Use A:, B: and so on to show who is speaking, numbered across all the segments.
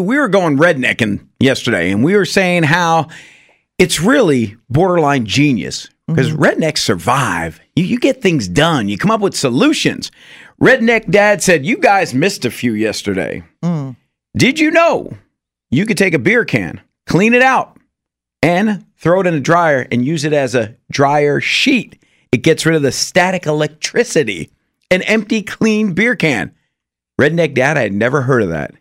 A: we were going rednecking yesterday and we were saying how it's really borderline genius because rednecks survive. You, you get things done, you come up with solutions. Redneck dad said, You guys missed a few yesterday. Did you know you could take a beer can, clean it out, and throw it in a dryer and use it as a dryer sheet? It gets rid of the static electricity. An empty, clean beer can. Redneck dad, I had never heard of that.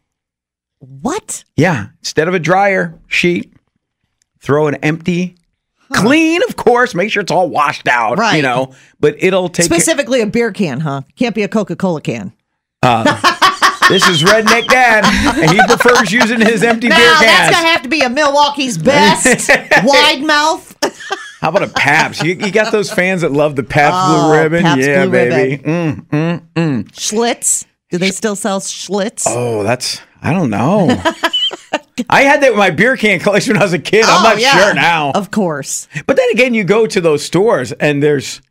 B: What?
A: Yeah. Instead of a dryer sheet, throw an empty, clean, of course. Make sure it's all washed out, you
B: Right.
A: know, but it'll take. ca-
B: Specifically a beer can, huh? Can't be a Coca Cola can.
A: this is Redneck Dad, and he prefers using his empty
B: No,
A: beer
B: that's
A: cans.
B: gonna have to be a Milwaukee's best wide mouth.
A: How about a Pabst? You, you got those fans that love the Pabst Blue Ribbon?
B: Oh, Pabst
A: yeah,
B: Blue
A: baby. Mm.
B: Schlitz. Do they still sell Schlitz?
A: Oh, that's, I don't know. I had that with my beer can collection when I was a kid. I'm
B: Oh,
A: not
B: yeah.
A: sure now.
B: Of course.
A: But then again, you go to those stores and there's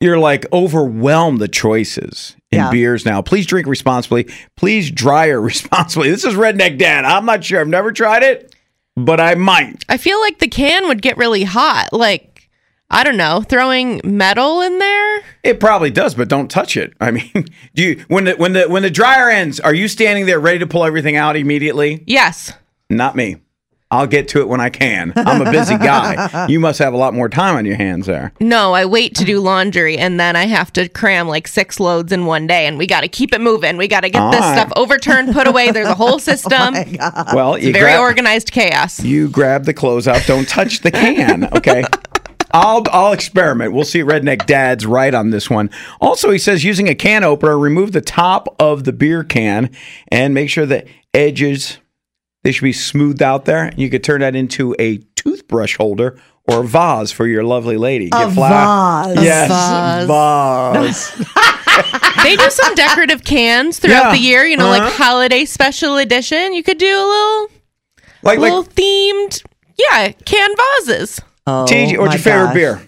A: you're like overwhelmed the choices in
B: Yeah.
A: beers now. Please drink responsibly. Please dryer responsibly. This is Redneck Dad. I'm not sure. I've never tried it, but I might.
C: I feel like the can would get really hot. Like, I don't know, throwing metal in there.
A: It probably does, but don't touch it. I mean, do you when the when the when the dryer ends, are you standing there ready to pull everything out immediately?
C: Yes.
A: Not me. I'll get to it when I can. I'm a busy guy. you must have a lot more time on your hands there.
C: No, I wait to do laundry and then I have to cram like six loads in one day and we got to keep it moving. We got to get this
A: All right.
C: stuff overturned, put away. There's a whole system.
A: well, you
C: Very
A: Oh grab-
C: organized chaos.
A: You grab the clothes out. Don't touch the can. Okay. I'll I'll experiment. We'll see. Redneck Dad's right on this one. Also, he says using a can opener, remove the top of the beer can and make sure the edges they should be smoothed out there. You could turn that into a toothbrush holder or a vase for your lovely lady.
B: A
A: Get flower-
B: vase. A
A: Yes,
B: vase.
A: vase.
C: They do some decorative cans throughout
A: Yeah.
C: the year, you know, like
A: Uh-huh.
C: holiday special edition. You could do a little,
A: Like like
C: little themed, yeah, can vases.
B: Oh,
A: TJ, what's
B: my
A: your favorite
B: gosh.
A: beer?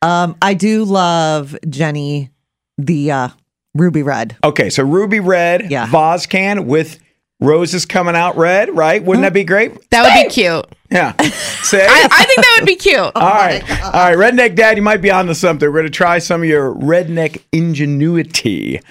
B: Um, I do love Jenny the uh, Ruby Red.
A: Okay, so ruby red
B: Yeah.
A: vase can with roses coming out red. Right? Wouldn't that be great?
C: That would be cute.
A: Yeah. Say.
C: I, I think that would be cute.
A: All right. All right. Redneck Dad, you might be onto something. We're going to try some of your redneck ingenuity.